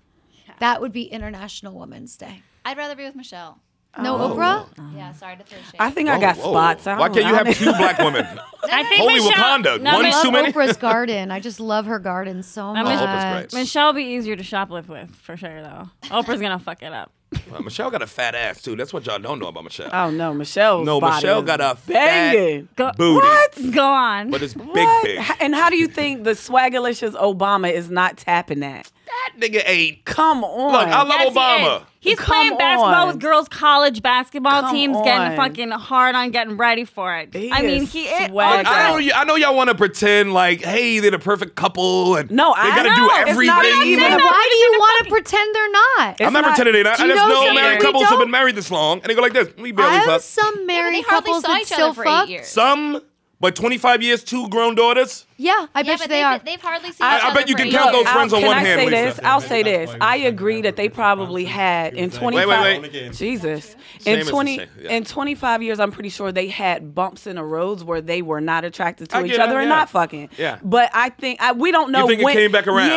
F: That would be International Women's Day.
D: I'd rather be with Michelle.
F: No
E: Oh.
F: Oprah?
D: Yeah, sorry to throw shade.
E: I think I got
A: Oh, Whoa, whoa.
E: spots. I
A: Why
E: don't-
A: can't you
E: I
A: have
E: don't-
A: two black women?
G: I think
A: Holy
G: Michelle,
A: Wakanda,
G: No,
A: one
G: Mich-
F: I
A: too
F: love
A: many?
F: Oprah's garden. I just love her garden so much.
G: Michelle-
A: Oprah's great.
G: Michelle will be easier to shoplift with for sure, though. Oprah's gonna fuck it up.
A: Uh, Michelle got a fat ass too. That's what y'all don't know about Michelle.
E: Oh no, Michelle.
A: No, Michelle got a fat
E: banging.
G: Go,
A: Booty.
G: Go on.
A: But it's big,
E: What?
A: big.
E: H- And how do you think the swaggalicious Obama is not tapping that?
A: That nigga ain't.
E: Come on.
A: Look, I love
G: Yes, he
A: Obama.
G: is. He's
E: Come
G: playing basketball
E: on.
G: with girls' college basketball
E: Come
G: teams,
E: on.
G: getting fucking hard on getting ready for it.
E: He
G: I mean,
E: is
G: he is. Oh,
E: swag
A: I know,
E: out.
A: y- I know y'all want to pretend like, hey, they're the perfect couple and
E: No,
A: they
E: I
A: gotta
E: know.
A: do
E: It's
A: everything.
E: not even
F: Then
E: no,
F: why do you want to pretend they're not?
A: I'm
E: It's
A: not,
E: not-
A: pretending that.
F: Do
A: I
F: you
A: just
F: know
A: know
F: something
A: married
F: we
A: couples who've
F: don't?
A: been married this long, and they go like this. We barely
F: I have
A: fuck.
F: some
D: They
F: married
D: hardly
F: couples
D: saw
F: that
D: each
F: still
D: other for
F: fuck.
D: eight years.
A: Some, but 25 years, two grown daughters.
F: Yeah, I
D: yeah,
F: bet you
D: but
F: they are.
D: They've hardly seen.
A: I-
D: each
A: I
D: other
A: bet you
D: for
A: can
D: eight
A: count those
D: years.
A: friends on
E: can
A: one
E: I
A: hand,
E: say
A: Lisa.
E: this? I'll say this. I agree that they probably had in 25
A: Wait, wait,
H: wait.
E: Jesus.
A: Shame
E: In
A: is a
E: 20
A: shame, yeah.
E: in 25 years I'm pretty sure they had bumps in the roads where they were not attracted to
A: I
E: each
A: get
E: other
A: it,
E: and
A: yeah.
E: not fucking.
A: Yeah.
E: But I think I, we don't know
A: think it
E: when
A: came back around?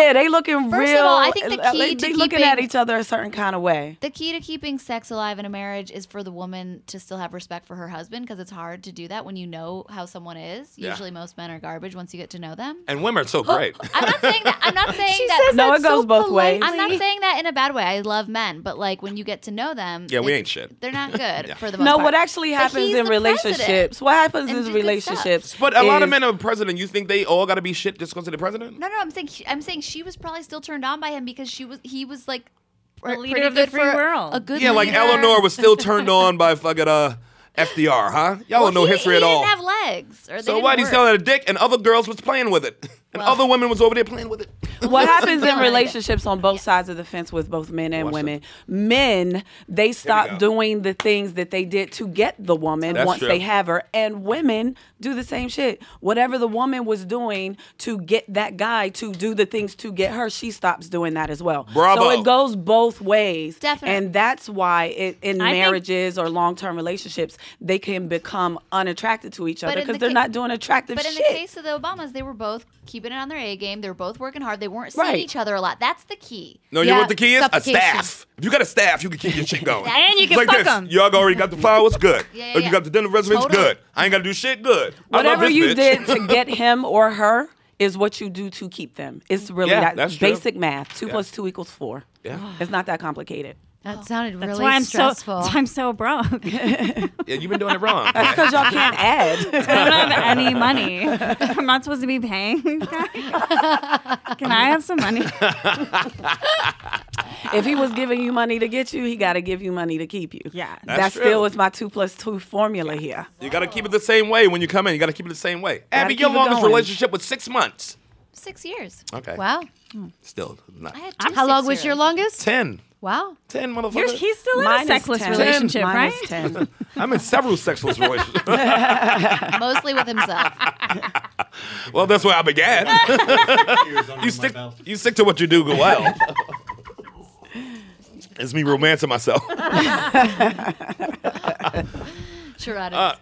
E: Yeah, they looking
D: First
E: real
D: of all, I think the
E: uh,
D: key
E: they,
D: to
E: they looking at
D: keeping-
E: each other a certain kind of way.
D: The key to keeping sex alive in a marriage is for the woman to still have respect for her husband because it's hard to do that when you know how someone is.
A: Yeah.
D: Usually, most men are garbage once you get to know them.
A: And women are so great.
D: I'm not saying that. I'm not saying
F: She
D: that.
F: says
E: No,
F: that
E: it goes
F: so
E: both ways.
F: politely.
D: I'm not saying that in a bad way. I love men, but like when you get to know them,
A: Yeah, we
D: it's-
A: ain't shit.
D: They're not good for the most
E: No,
D: part.
E: what actually
D: But
E: happens
D: he's
E: in
D: the president.
E: relationships? What happens
D: and
E: in
D: do good
E: relationships?
A: but a lot of
E: is-
A: men are president. You think they all got to be shit just because of the president?
D: No, no, I'm saying I'm saying she was probably still turned on by him because she was he was like pr-
G: leader
D: pretty
G: of the
D: good
G: free
D: for
G: world.
D: A good
A: Yeah, like
D: leader.
A: Eleanor was still turned on by fucking uh, FDR, huh? Y'all
D: Well,
A: don't know
D: he-
A: history
D: he
A: at all.
D: Didn't have legs, or they
A: so
D: didn't
A: why he
D: work.
A: selling a dick and other girls was playing with it? and other women was over there playing with it.
E: what happens in relationships on both sides of the fence with both men and
A: Watch
E: women men they
A: go.
E: stop doing the things that they did to get the woman
A: That's
E: once
A: true.
E: they have her and women do the same shit whatever the woman was doing to get that guy to do the things to get her she stops doing that as well
A: Bravo.
E: so it goes both ways
D: Definitely.
E: and that's why it, in
G: I think-
E: marriages or long-term relationships they can become unattracted to each
D: But
E: other
D: in the
E: because they're
D: ca-
E: not doing attractive
D: But in
E: shit
D: the case of the Obamas, they were both keeping it on their A game. They were both working hard. They weren't seeing
E: Right.
D: each other a lot. That's the key.
A: No, you
F: Yeah,
A: know what the key is? A
F: suffocation.
A: staff. If you got a staff, you can keep your shit going.
G: And you
A: It's
G: can
A: like
G: fuck
A: this.
G: 'em.
A: Y'all already got the flowers, good.
D: Yeah, yeah,
A: If
D: yeah.
A: you got the dinner reservations,
D: Totally.
A: good. I ain't got to do shit, good. I
E: whatever
A: love this
E: you
A: bitch.
E: did to get him or her is what you do to keep them. It's really
A: Yeah,
E: that
A: that's true.
E: basic math. Two plus two equals four.
A: Yeah.
E: It's not that complicated.
F: That sounded
G: That's
F: really
G: why I'm
F: stressful.
G: so that's why I'm so broke.
A: yeah, you've been doing it wrong.
E: Because y'all can't add.
G: I don't have any money. I'm not supposed to be paying these guys. Can I have some money?
E: if he was giving you money to get you, he got to give you money to keep you.
G: Yeah.
E: That
A: That's
E: still
A: true.
E: is my two plus two formula here.
A: you got to keep it the same way when you come in. You got to keep it the same way. Abby,
E: keep
A: your
E: it
A: longest
E: going.
A: relationship was six months.
D: Six years.
A: Okay.
F: wow.
A: Still not.
D: I had two
F: How long
D: six
F: was your
D: years.
F: longest?
A: Ten.
F: Wow.
A: Ten, motherfucker.
G: You're, he's still in
E: Minus
G: a sexless
E: 10.
G: relationship,
E: Minus
G: right?
E: 10.
A: I'm in several sexless relationships.
D: Mostly with himself.
A: well, that's where I began. you stick. You stick to what you do. Go well. it's me romancing myself.
D: Sherrod is
A: Uh,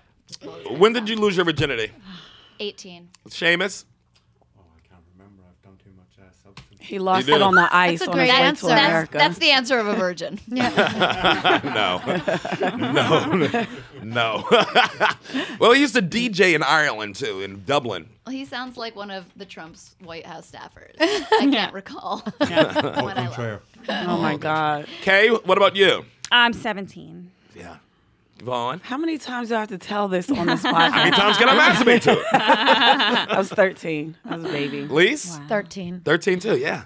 A: when did you lose your virginity,
D: 18.
A: Seamus?
H: Oh, I can't remember. I've done too much uh, substance.
E: He lost
A: You
E: it
A: do.
E: on the ice
F: That's a
E: on his
F: great
E: way
F: answer.
E: to
F: That's-
E: America.
D: That's the answer of a virgin.
A: No, no, no. well, he used to DJ in Ireland too, in Dublin.
D: He sounds like one of the Trump's White House staffers. I can't recall. what I love.
H: Contraire.
E: oh my God.
A: Kay, what about you?
G: I'm 17.
A: Yeah, Vaughn.
E: How many times do I have to tell this on this podcast?
A: How many times can I masturbate to it?
E: I was 13. I was a baby.
A: Lise,
D: Uh,
F: 13.
A: thirteen too. Yeah.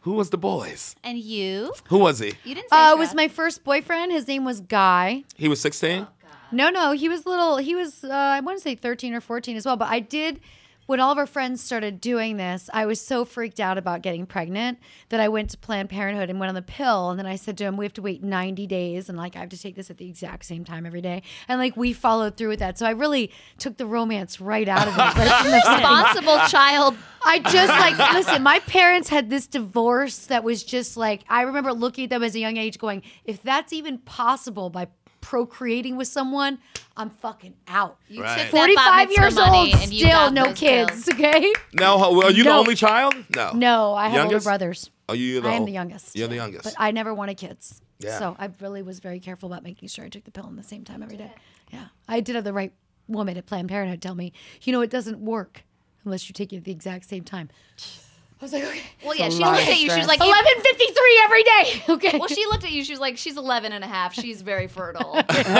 A: Who was the boys?
D: And you?
A: Who was he?
D: You didn't say
F: Uh, it was
D: Sherrod.
F: my first boyfriend. His name was Guy.
A: He was sixteen.
F: No, no, he was little. He was uh, I want to say 13 or 14 as well. But I did when all of our friends started doing this. I was so freaked out about getting pregnant that I went to Planned Parenthood and went on the pill. And then I said to him, "We have to wait 90 days, and like I have to take this at the exact same time every day." And like we followed through with that. So I really took the romance right out of it. But it's in the
D: responsible child.
F: I just like listen. My parents had this divorce that was just like I remember looking at them as a young age, going, "If that's even possible by procreating with someone, I'm fucking out."
D: You
A: Right.
D: took that bat
F: Forty-five
D: mitzvah
F: years
D: money
F: old,
D: and you
F: still
D: got
F: no
D: those bills.
F: kids. Okay,
A: No, ho- are you the
F: No.
A: only child? No.
F: no, I have older
A: Youngest?
F: brothers.
A: Are you the?
F: I am
A: ol-
F: the youngest.
A: You're the youngest.
F: but I never wanted kids.
A: Yeah.
F: So I really was very careful about making sure I took the pill in the same time every day. Yeah, I did have the right woman at Planned Parenthood tell me, you know, it doesn't work unless you take it at the exact same time. I was like, okay.
D: Well, yeah,
E: It's a
D: she
E: lot
D: looked
E: of
D: at you. She was
E: stress.
D: like, you-
F: 1153 every day. Okay.
D: well, she looked at you. She was like, she's 11 and a half. She's very fertile. Every day.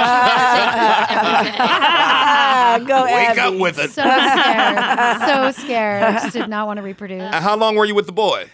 E: Ah, go
A: Wake
E: Abby.
A: up with it.
F: so scared. So scared. I just did not want to reproduce.
A: And how long were you with the boy?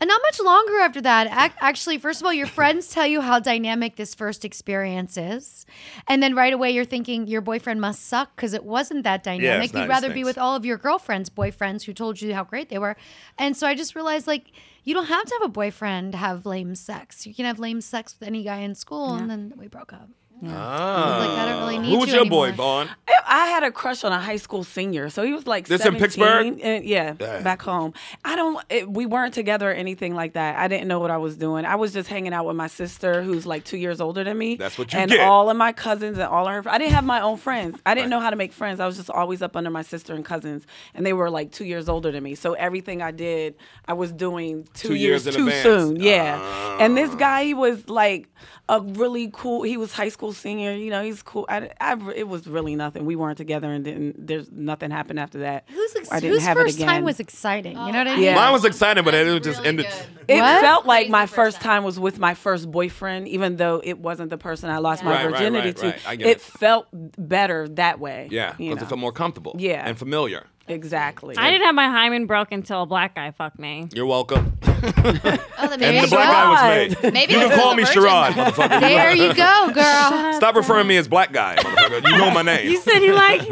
F: And not much longer after that. Ac- Actually, first of all, your friends tell you how dynamic this first experience is. And then right away, you're thinking your boyfriend must suck because it wasn't that dynamic.
A: not
F: You'd rather
A: his
F: be
A: things.
F: with all of your girlfriends' boyfriends who told you how great they were. And so I just realized, like, you don't have to have a boyfriend to have lame sex. You can have lame sex with any guy in school. And then we broke up. I was like, I don't really need
A: Ah. Who was
F: you
A: your boy,
F: anymore.
A: Vaughn?
E: I had a crush on a high school senior, so he was like
A: This in
E: 17,
A: Pittsburgh?
E: and- yeah,
A: Yeah.
E: back home. I don't. It, we weren't together or anything like that. I didn't know what I was doing. I was just hanging out with my sister, who's like two years older than me.
A: That's what you
E: And
A: get.
E: all of my cousins and all of her. fr- I didn't have my own friends. I didn't know how to make friends. I was just always up under my sister and cousins, and they were like two years older than me. So everything I did, I was doing two,
A: Two years in
E: too
A: advance. Uh-huh.
E: soon. Yeah. and this guy, he was like a really cool. He was high school senior. You know, he's cool. I, I, it was really nothing. We weren't together, and didn't. There's nothing happened after that.
F: Who's ex-
E: I didn't
F: whose
E: have it
F: first time
E: again.
F: was exciting? You know what I mean?
E: Yeah.
A: Mine was excited, but it
D: That's
A: just
D: really
A: ended.
D: good.
E: It
F: What?
E: felt like
D: Crazy
E: my
D: first
E: first
D: time.
E: time was with my first boyfriend, even though it wasn't the person I lost
A: Right,
E: my
A: right,
E: virginity
A: right, right.
E: to.
A: I
E: It,
A: get it.
E: felt better that way.
A: Yeah,
E: you
A: because it
E: know.
A: felt more comfortable.
E: Yeah.
A: And familiar.
E: exactly.
G: I didn't have my hymen broke until a black guy fucked me.
A: You're welcome.
D: maybe
A: and the
D: it's
A: black guy was
D: Sherrod.
A: me.
D: Maybe
A: you
D: it's
A: can call
D: the
A: me
D: virgin
A: Sherrod,
D: then.
A: motherfucker.
D: There you go, girl.
A: Stop referring me as black guy, motherfucker. You know my name.
D: You said you like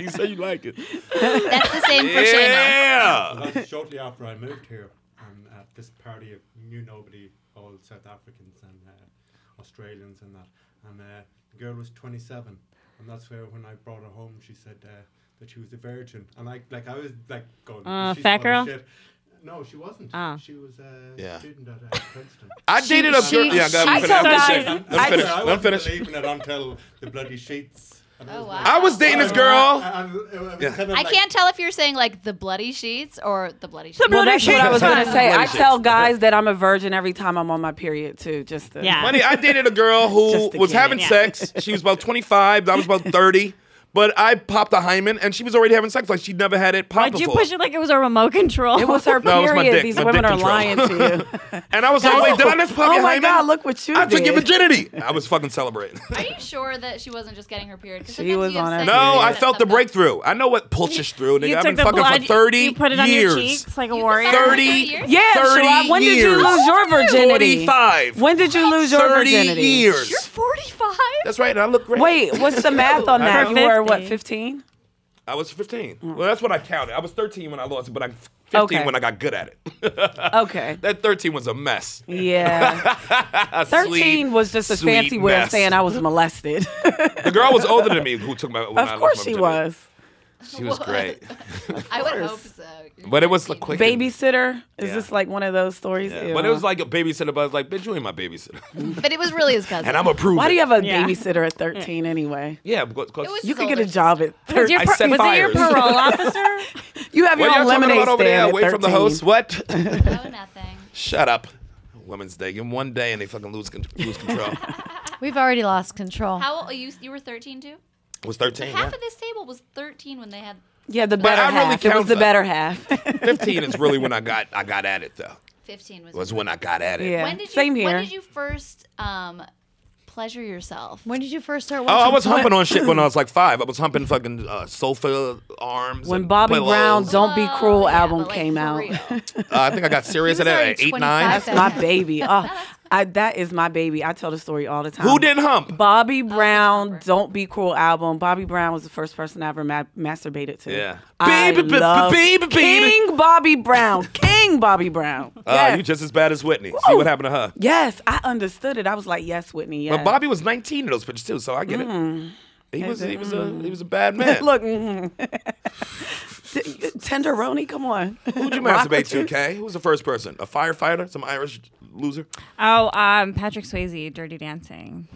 A: you said you like it.
D: That's the same for
A: Yeah.
D: Seamus.
H: Because shortly after I moved here, and at this party, I knew nobody, all South Africans and uh, Australians and that. And uh, the girl was 27, and that's where when I brought her home, she said uh, that she was a virgin, and I like I was like going,
G: Uh,
H: "She's
G: fat
H: full of
G: girl?"
H: Shit. No, she wasn't.
G: Ah.
H: She was a
A: Yeah.
H: student at uh, Princeton.
A: I dated a girl. Yeah, go ahead, let me finish.
H: I'm
A: Let me finish.
H: I
A: Let me
H: wasn't
A: finish.
H: believing it until the bloody sheets. And it was like-
A: I was dating this girl.
H: And- and- and it was
A: Yeah.
H: kind of
D: Oh, I
H: like-
D: can't tell if you're saying like the bloody sheets or the bloody sheets.
E: Well, that's what I was gonna say. I
A: Bloody
E: tell
A: sheets.
E: guys that I'm a virgin every time I'm on my period too, just to
A: Money. I dated a girl who
E: Just to
A: was
E: get
A: having
E: it.
A: sex. She was about 25. I was about 30. But I popped a hymen, and she was already having sex. Like she'd never had it popped
G: Why'd you
A: before.
G: push it like it was a remote control?
E: It was her
A: No, it was
E: period.
A: my dick.
E: These
A: My
E: women
A: dick
E: are lying to
A: control.
E: you.
A: And I was like, wait, did I just pop
E: oh
A: your
E: my
A: hymen?
E: god, look what you
A: I
E: did.
A: took your virginity. I was fucking celebrating.
D: Are you sure that she wasn't just getting her period? 'Cause
E: She
D: sometimes
E: was
D: you have
E: on her
D: sex
E: period.
A: No,
D: and
A: I
D: that
A: felt the
D: stuff.
A: breakthrough. I know what pulses through, nigga.
G: You
A: I've
G: took
A: been
G: the
A: fucking
G: blood.
A: for 30
G: You put it on
A: years.
G: your cheeks like a
D: You
G: warrior.
D: fucked her for
A: 30
D: years?
E: yeah,
A: 30
E: Sherrod, when did you
A: years.
E: lose your virginity?
A: 45.
E: When did you lose your
A: 30
E: virginity?
A: years.
D: You're 45.
A: That's right, and I look great.
E: Wait, what's the math on that?
G: For
E: You were what,
G: 50.
E: 15?
A: I was 15. Well, that's what I counted. I was 13 when I lost it, but I'm 15
E: Okay.
A: when I got good at it.
E: Okay.
A: that 13 was a mess.
E: Yeah.
A: A
E: 13
A: sweet,
E: was just a
A: sweet
E: fancy way of
A: mess.
E: saying I was molested.
A: The girl was older than me who took my. when I
E: of
A: lost
E: course
A: my
E: she
A: virginity.
E: was.
A: She was great,
D: I would hope so.
A: but it was like quick.
E: Babysitter? Is
A: Yeah.
E: this like one of those stories?
A: Yeah, But it
E: Ew.
A: was like a babysitter. But I was like, bitch, you ain't my babysitter,
D: But it was really his cousin.
A: and I'm approved.
E: Why do you have a
G: Yeah.
E: babysitter at 13 anyway?
A: Yeah, because, because
D: It was
E: You
D: his
E: could get a
D: older
E: job at
G: Was,
E: 13.
G: your
A: I
G: par-
A: set
G: was it your
A: fires.
G: parole officer?
E: You
A: What are
E: have your own
A: y'all talking
E: lemonade
A: about over there?
E: stand
A: Away
E: at
A: from the
E: 13.
A: host. What?
D: sister. No, nothing.
A: Shut up. Women's Day. Give 'em one day and they fucking lose, con- lose control. I
F: We've already lost control.
D: How old you? You were 13 too.
A: was 13.
D: Half
A: Yeah.
D: of this table was 13 when they had.
E: Yeah, the
A: I
E: better
A: really
E: half. it
A: count
E: was the
A: that.
E: better half.
A: 15 is really when I got I got at it though.
D: 15 was.
A: Was when I got at it.
E: Yeah.
D: When did you,
E: Same
D: When
E: here.
D: did you first um, pleasure yourself?
F: when did you first start watching?
A: Oh, I was humping on shit when I was like five. I was humping fucking uh, sofa arms.
E: when
A: and
E: Bobby
A: pillows.
E: Brown's "Don't Be
D: Whoa,
E: Cruel"
D: Oh, yeah,
E: album
D: but, like,
E: came
D: for
E: out,
D: real.
A: Uh, I think I got serious
D: He
A: at
D: was
A: it
D: already
A: at eight, nine.
D: 25.
E: my baby. Oh, I, that is my baby. I tell the story all the time.
A: Who didn't hump?
E: Bobby Brown, "Don't Be Cruel" album. Bobby Brown was the first person I ever ma- masturbated to.
A: Yeah.
E: I
A: Baby, ba-
E: love
A: baby, baby.
E: King Bobby Brown, King Bobby Brown.
A: Uh,
E: Yes.
A: you just as bad as Whitney. See what happened to her.
E: yes, I understood it. I was like, yes, Whitney. Yes.
A: But Bobby was 19 in those pictures too, so I get
E: Mm-hmm.
A: it. He was he was a he was a bad man.
E: look, mm tenderoni. Come on,
A: Who'd you masturbate to, Kay? Who was the first person? A firefighter? Some Irish loser?
G: Oh, um, Patrick Swayze, Dirty Dancing.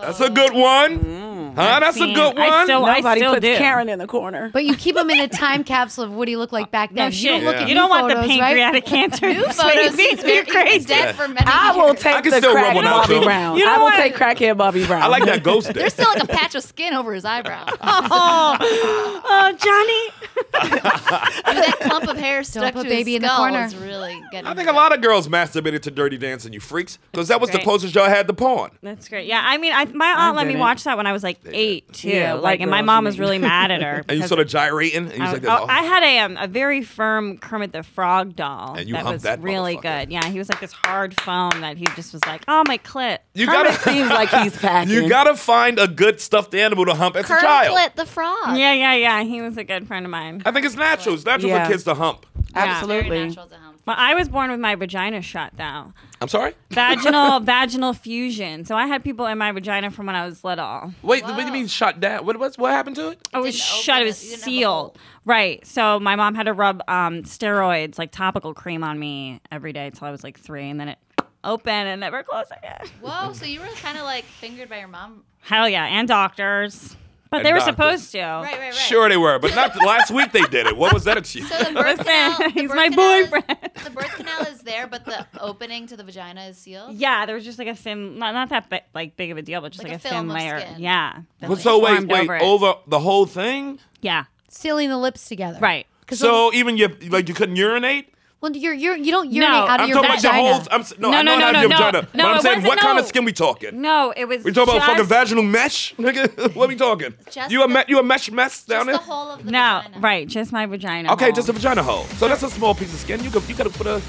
A: That's
G: Oh.
A: a good one. Huh? That's a
G: seen-
A: good one.
G: Hmm, I still- I
E: Nobody
G: still
E: puts
G: do.
E: Karen in the corner.
F: But you keep him in a time capsule of what he looked like back then.
G: No
F: You
G: shit.
F: don't look at
G: You don't
F: new
G: want
F: photos,
G: the
F: right?
G: pancreatic cancer.
D: Photos.
G: Swayze.
D: He's very
G: You're crazy.
D: He's dead for many
E: I will
D: years.
E: take
A: I can
E: the
A: still rub
E: crack
A: one out,
E: Bobby
A: too.
E: Brown.
G: You know
E: I will
G: what?
E: take crackhead Bobby Brown.
A: I like that ghost dick.
D: There's still like a patch of skin over his eyebrow.
G: Oh, Johnny.
D: that clump of hair stuck
F: put
D: to
F: baby
D: his
F: in the
D: skull
F: corner.
D: was really getting.
A: I think a lot of girls masturbated to Dirty Dancing, you freaks, because that was the
G: Great.
A: closest y'all had to porn.
G: That's great. Yeah, I mean, I, my aunt let me
E: didn't.
G: watch that when I was like eight too.
E: Yeah, white
G: like, and my
E: girls,
G: mom
E: you
G: was
E: mean.
G: really mad at her.
A: And you
G: because
A: sort of gyrating, and you was
G: I,
A: like,
G: oh,
A: "That's
G: I had a um, a very firm Kermit the Frog doll
A: And you
G: that
A: humped
G: was
A: that
G: really
A: motherfucker.
G: good. Yeah, he was like this hard foam that he just was like, oh my clit.
A: You
E: Kermit
A: gotta,
E: seems like he's packing.
A: you gotta find a good stuffed animal to hump as a child.
D: Kermit the frog.
G: Yeah, yeah, yeah. He was a good friend of mine.
A: I think it's natural. It's natural
E: Yeah.
A: for kids to hump.
D: Very
E: Absolutely.
D: natural to him.
G: Well, I was born with my vagina shot though.
A: I'm sorry.
G: Vaginal vaginal fusion. So I had people in my vagina from when I was little.
A: Wait, what do you mean shot down? What what, what happened to it?
G: Oh, It was
D: didn't open
G: shut. It
D: it.
G: was
D: You didn't have a
G: sealed. Right. So my mom had to rub um, steroids, like topical cream, on me every day till I was like three, and then it opened and never closed again.
D: Whoa, so you were kind of like fingered by your mom.
G: Hell yeah, and doctors. But
A: And
G: they were
A: doctors.
G: supposed to.
D: Right, right, right.
A: Sure they were, but not last week they did it. What was that excuse?
D: So the birth canal, the
G: he's
D: birth
G: my
D: canal is-
G: boyfriend.
D: the birth canal is there, but the opening to the vagina is sealed.
G: Yeah, there was just like a thin, not, not that bi- like big of a deal, but just
D: Like
G: like,
D: a
G: a,
D: film
G: thin
D: of
G: layer.
D: skin.
G: Yeah. that,
A: But
G: like,
A: so wait,
G: formed
A: wait,
G: over
A: over,
G: it.
A: the whole thing.
G: Yeah.
F: Sealing the lips together.
G: Right.
A: So even you like you couldn't urinate.
F: Well, you're you're you don't urinate
G: No,
F: out of
G: I'm
F: your
A: talking about the
F: vagina.
A: whole. I'm, s- no, I know not out of your vagina.
G: no,
A: but I'm
G: it
A: saying,
G: wasn't-
A: what kind of
G: no.
A: skin we talking?
G: No, it was.
A: We talking about fucking
G: just-
A: vaginal mesh, nigga. what we talking?
D: Just
A: You a
D: the-
A: me- you a mesh mess down there?
G: No, right, just my vagina.
A: okay,
G: hole.
A: just a vagina hole. So that's a small piece of skin. You could you could have put a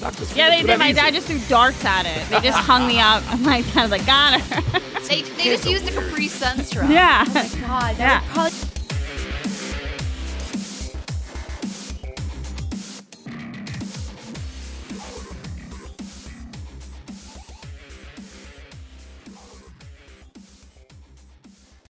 A: doctor's.
G: Yeah, they
A: finger
G: did.
A: through
G: My
A: that easy.
G: dad just threw darts at it. They just hung me up. My dad was like, got her.
D: They, they just used a Capri Sun straw.
G: Yeah.
F: God, that
G: Yeah.
F: would probably